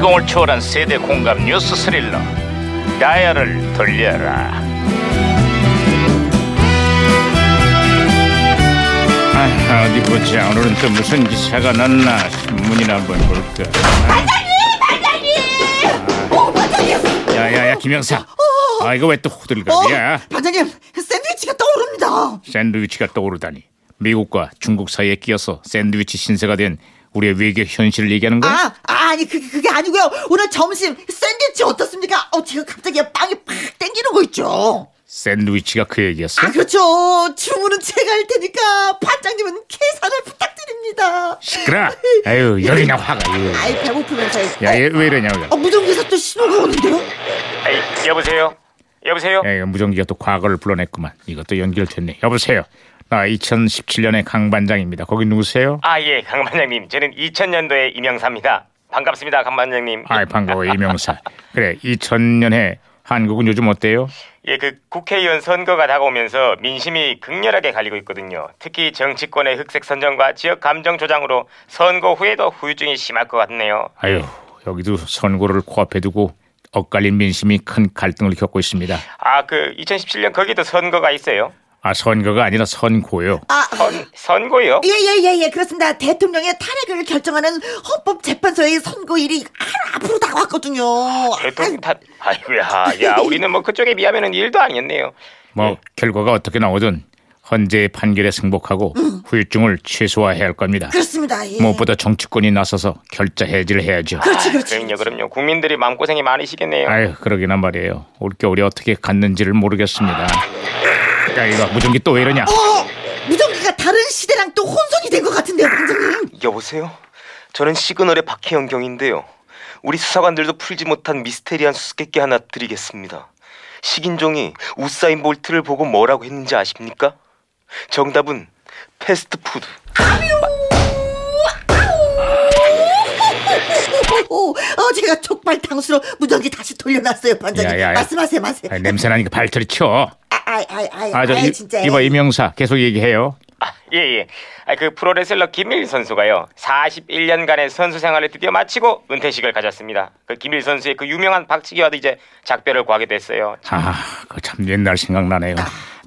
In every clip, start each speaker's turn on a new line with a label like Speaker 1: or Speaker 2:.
Speaker 1: 감동을 초월한 세대 공감 뉴스 스릴러 다이얼을 돌려라 아, 어디 보자 오늘은 또 무슨 기사가 났나 신문이나 한번 볼까
Speaker 2: 어,
Speaker 1: 아, 반장님! 반장님! 야야야 김영사 아 이거 왜 또 호들갑이야
Speaker 2: 어? 반장님 샌드위치가 떠오릅니다.
Speaker 1: 샌드위치가 떠오르다니 미국과 중국 사이에 끼어서 샌드위치 신세가 된 우리의 외교 현실을 얘기하는 거야?
Speaker 2: 아 아니 그 그게 아니고요. 오늘 점심 샌드위치 어떻습니까? 어 지금 갑자기 빵이 팍 땡기는 거 있죠.
Speaker 1: 샌드위치가 그 얘기였어?
Speaker 2: 아 그렇죠. 주문은 제가 할 테니까 반장님은 계산을 부탁드립니다.
Speaker 1: 시끄러. 아유 열이나 화가. 아유.
Speaker 2: 아이 배고프면서
Speaker 1: 예. 야, 얘 왜 이러냐고.
Speaker 2: 어 무전기에서 또 신호가 오는데요?
Speaker 3: 에이, 여보세요? 여보세요?
Speaker 1: 야, 예, 이거 무전기가 또 과거를 불러냈구만. 이것도 연결됐네. 여보세요. 나 2017년의 강 반장입니다. 거기 누구세요?
Speaker 3: 아, 예, 강반장님. 저는 2000년도에 이명사입니다. 반갑습니다, 강반장님.
Speaker 1: 아이 예, 반가워 이명사. 그래 2000년에 한국은 요즘 어때요?
Speaker 3: 예, 그 국회의원 선거가 다가오면서 민심이 극렬하게 갈리고 있거든요. 특히 정치권의 흑색 선정과 지역 감정 조장으로 선거 후에도 후유증이 심할 것 같네요.
Speaker 1: 아유 여기도 선거를 코앞에 두고 엇갈린 민심이 큰 갈등을 겪고 있습니다.
Speaker 3: 아, 그 2017년 거기도 선거가 있어요.
Speaker 1: 아 선거가 아니라 선고요.
Speaker 3: 선, 선거요?
Speaker 2: 예 예 예 예 그렇습니다. 대통령의 탄핵을 결정하는 헌법재판소의 선거일이 하루 앞으로 다가왔거든요.
Speaker 1: 아,
Speaker 3: 대통령 탓. 아이고야, 야, 우리는 뭐 그쪽에 비하면은 일도 아니었네요.
Speaker 1: 뭐 결과가 어떻게 나오든 헌재의 판결에 승복하고 후유증을 최소화해야 할 겁니다.
Speaker 2: 그렇습니다. 예.
Speaker 1: 무엇보다 정치권이 나서서 결자 해지를 해야죠.
Speaker 2: 그렇지 그렇지.
Speaker 3: 아, 그럼요, 그럼요. 국민들이 마음고생이 많으시겠네요.
Speaker 1: 아유 그러기나 말이에요. 올겨울이 어떻게 갔는지를 모르겠습니다. 야 이거 무전기 또 왜 이러냐?
Speaker 2: 어, 무전기가 다른 시대랑 또 혼선이 된 것 같은데요, 반장님.
Speaker 3: 여보세요? 저는 시그널의 박혜영 경인데요. 우리 수사관들도 풀지 못한 미스테리한 수수께끼 하나 드리겠습니다. 식인종이 우사인 볼트를 보고 뭐라고 했는지 아십니까? 정답은 패스트푸드.
Speaker 2: 오, 어, 제가 촉발 탕수로 무전기 다시 돌려놨어요, 반장님.
Speaker 1: 야, 야, 야.
Speaker 2: 말씀하세요, 말씀하세요.
Speaker 1: 아, 냄새 나니까 발털이 쳐.
Speaker 2: 아, 아이, 아이, 아이,
Speaker 1: 아저
Speaker 2: 아이, 진짜.
Speaker 1: 이봐 이명사 계속 얘기해요.
Speaker 3: 아, 예, 예. 아, 그 프로레슬러 김일 선수가요. 41년간의 선수 생활을 드디어 마치고 은퇴식을 가졌습니다. 그 김일 선수의 그 유명한 박치기와도 이제 작별을 구하게 됐어요.
Speaker 1: 아그참 옛날 생각나네요.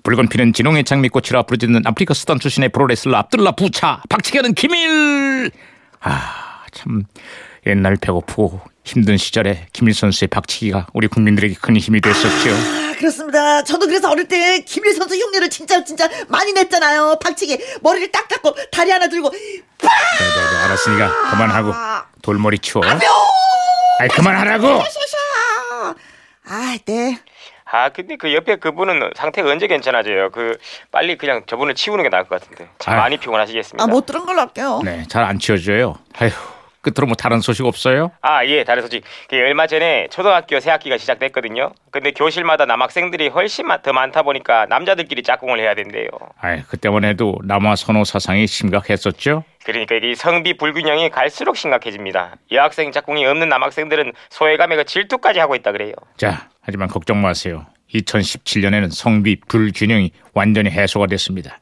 Speaker 1: 붉은 피는 진홍의 장미꽃이라 부르짖는 아프리카 수단 출신의 프로레슬러 압둘라 부차 박치기하는 김일. 아참 옛날 배고프고 힘든 시절에 김일 선수의 박치기가 우리 국민들에게 큰 힘이 네, 됐었죠.
Speaker 2: 아, 그렇습니다. 저도 그래서 어릴 때 김일 선수 흉내를 진짜 진짜 많이 냈잖아요. 박치기 머리를 딱 잡고 다리 하나 들고 빡!
Speaker 1: 네, 네, 네, 알았으니까 그만하고 돌머리 치워. 아이 그만하라고.
Speaker 2: 샤샤. 아, 네.
Speaker 3: 아, 근데 그 옆에 그분은 상태가 언제 괜찮아져요? 그 빨리 그냥 저분을 치우는 게 나을 것 같은데. 참
Speaker 1: 아유.
Speaker 3: 많이 피곤하시겠습니다.
Speaker 2: 아, 못 들은 걸로 할게요.
Speaker 1: 네, 잘 안 치워줘요. 아휴, 끝으로 뭐 다른 소식 없어요?
Speaker 3: 아, 예, 다른 소식. 그 얼마 전에 초등학교 새 학기가 시작됐거든요. 근데 교실마다 남학생들이 훨씬 마- 더 많다 보니까 남자들끼리 짝꿍을 해야 된대요.
Speaker 1: 아이, 그때만 해도 남아 선호 사상이 심각했었죠.
Speaker 3: 그러니까 이게 성비 불균형이 갈수록 심각해집니다. 여학생 짝꿍이 없는 남학생들은 소외감에 그 질투까지 하고 있다 그래요.
Speaker 1: 자, 하지만 걱정 마세요. 2017년에는 성비 불균형이 완전히 해소가 됐습니다.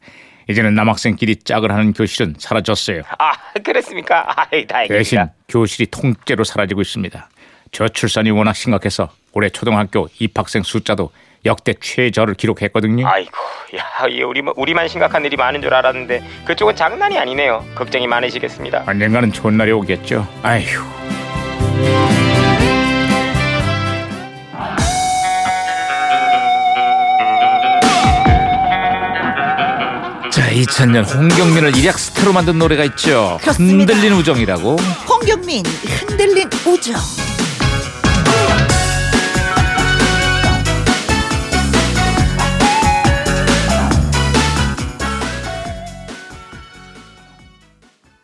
Speaker 1: 이제는 남학생끼리 짝을 하는 교실은 사라졌어요.
Speaker 3: 아, 그렇습니까? 아이, 예, 다행입니다.
Speaker 1: 대신 교실이 통째로 사라지고 있습니다. 저출산이 워낙 심각해서 올해 초등학교 입학생 숫자도 역대 최저를 기록했거든요.
Speaker 3: 아이고, 야, 이 우리 우리만 심각한 일이 많은 줄 알았는데 그쪽은 장난이 아니네요. 걱정이 많으시겠습니다.
Speaker 1: 언젠가는 좋은 날이 오겠죠. 아휴. 자, 2000년 홍경민을 일약 스타로 만든 노래가 있죠.
Speaker 2: 그렇습니다.
Speaker 1: 흔들린 우정이라고.
Speaker 2: 홍경민 흔들린 우정.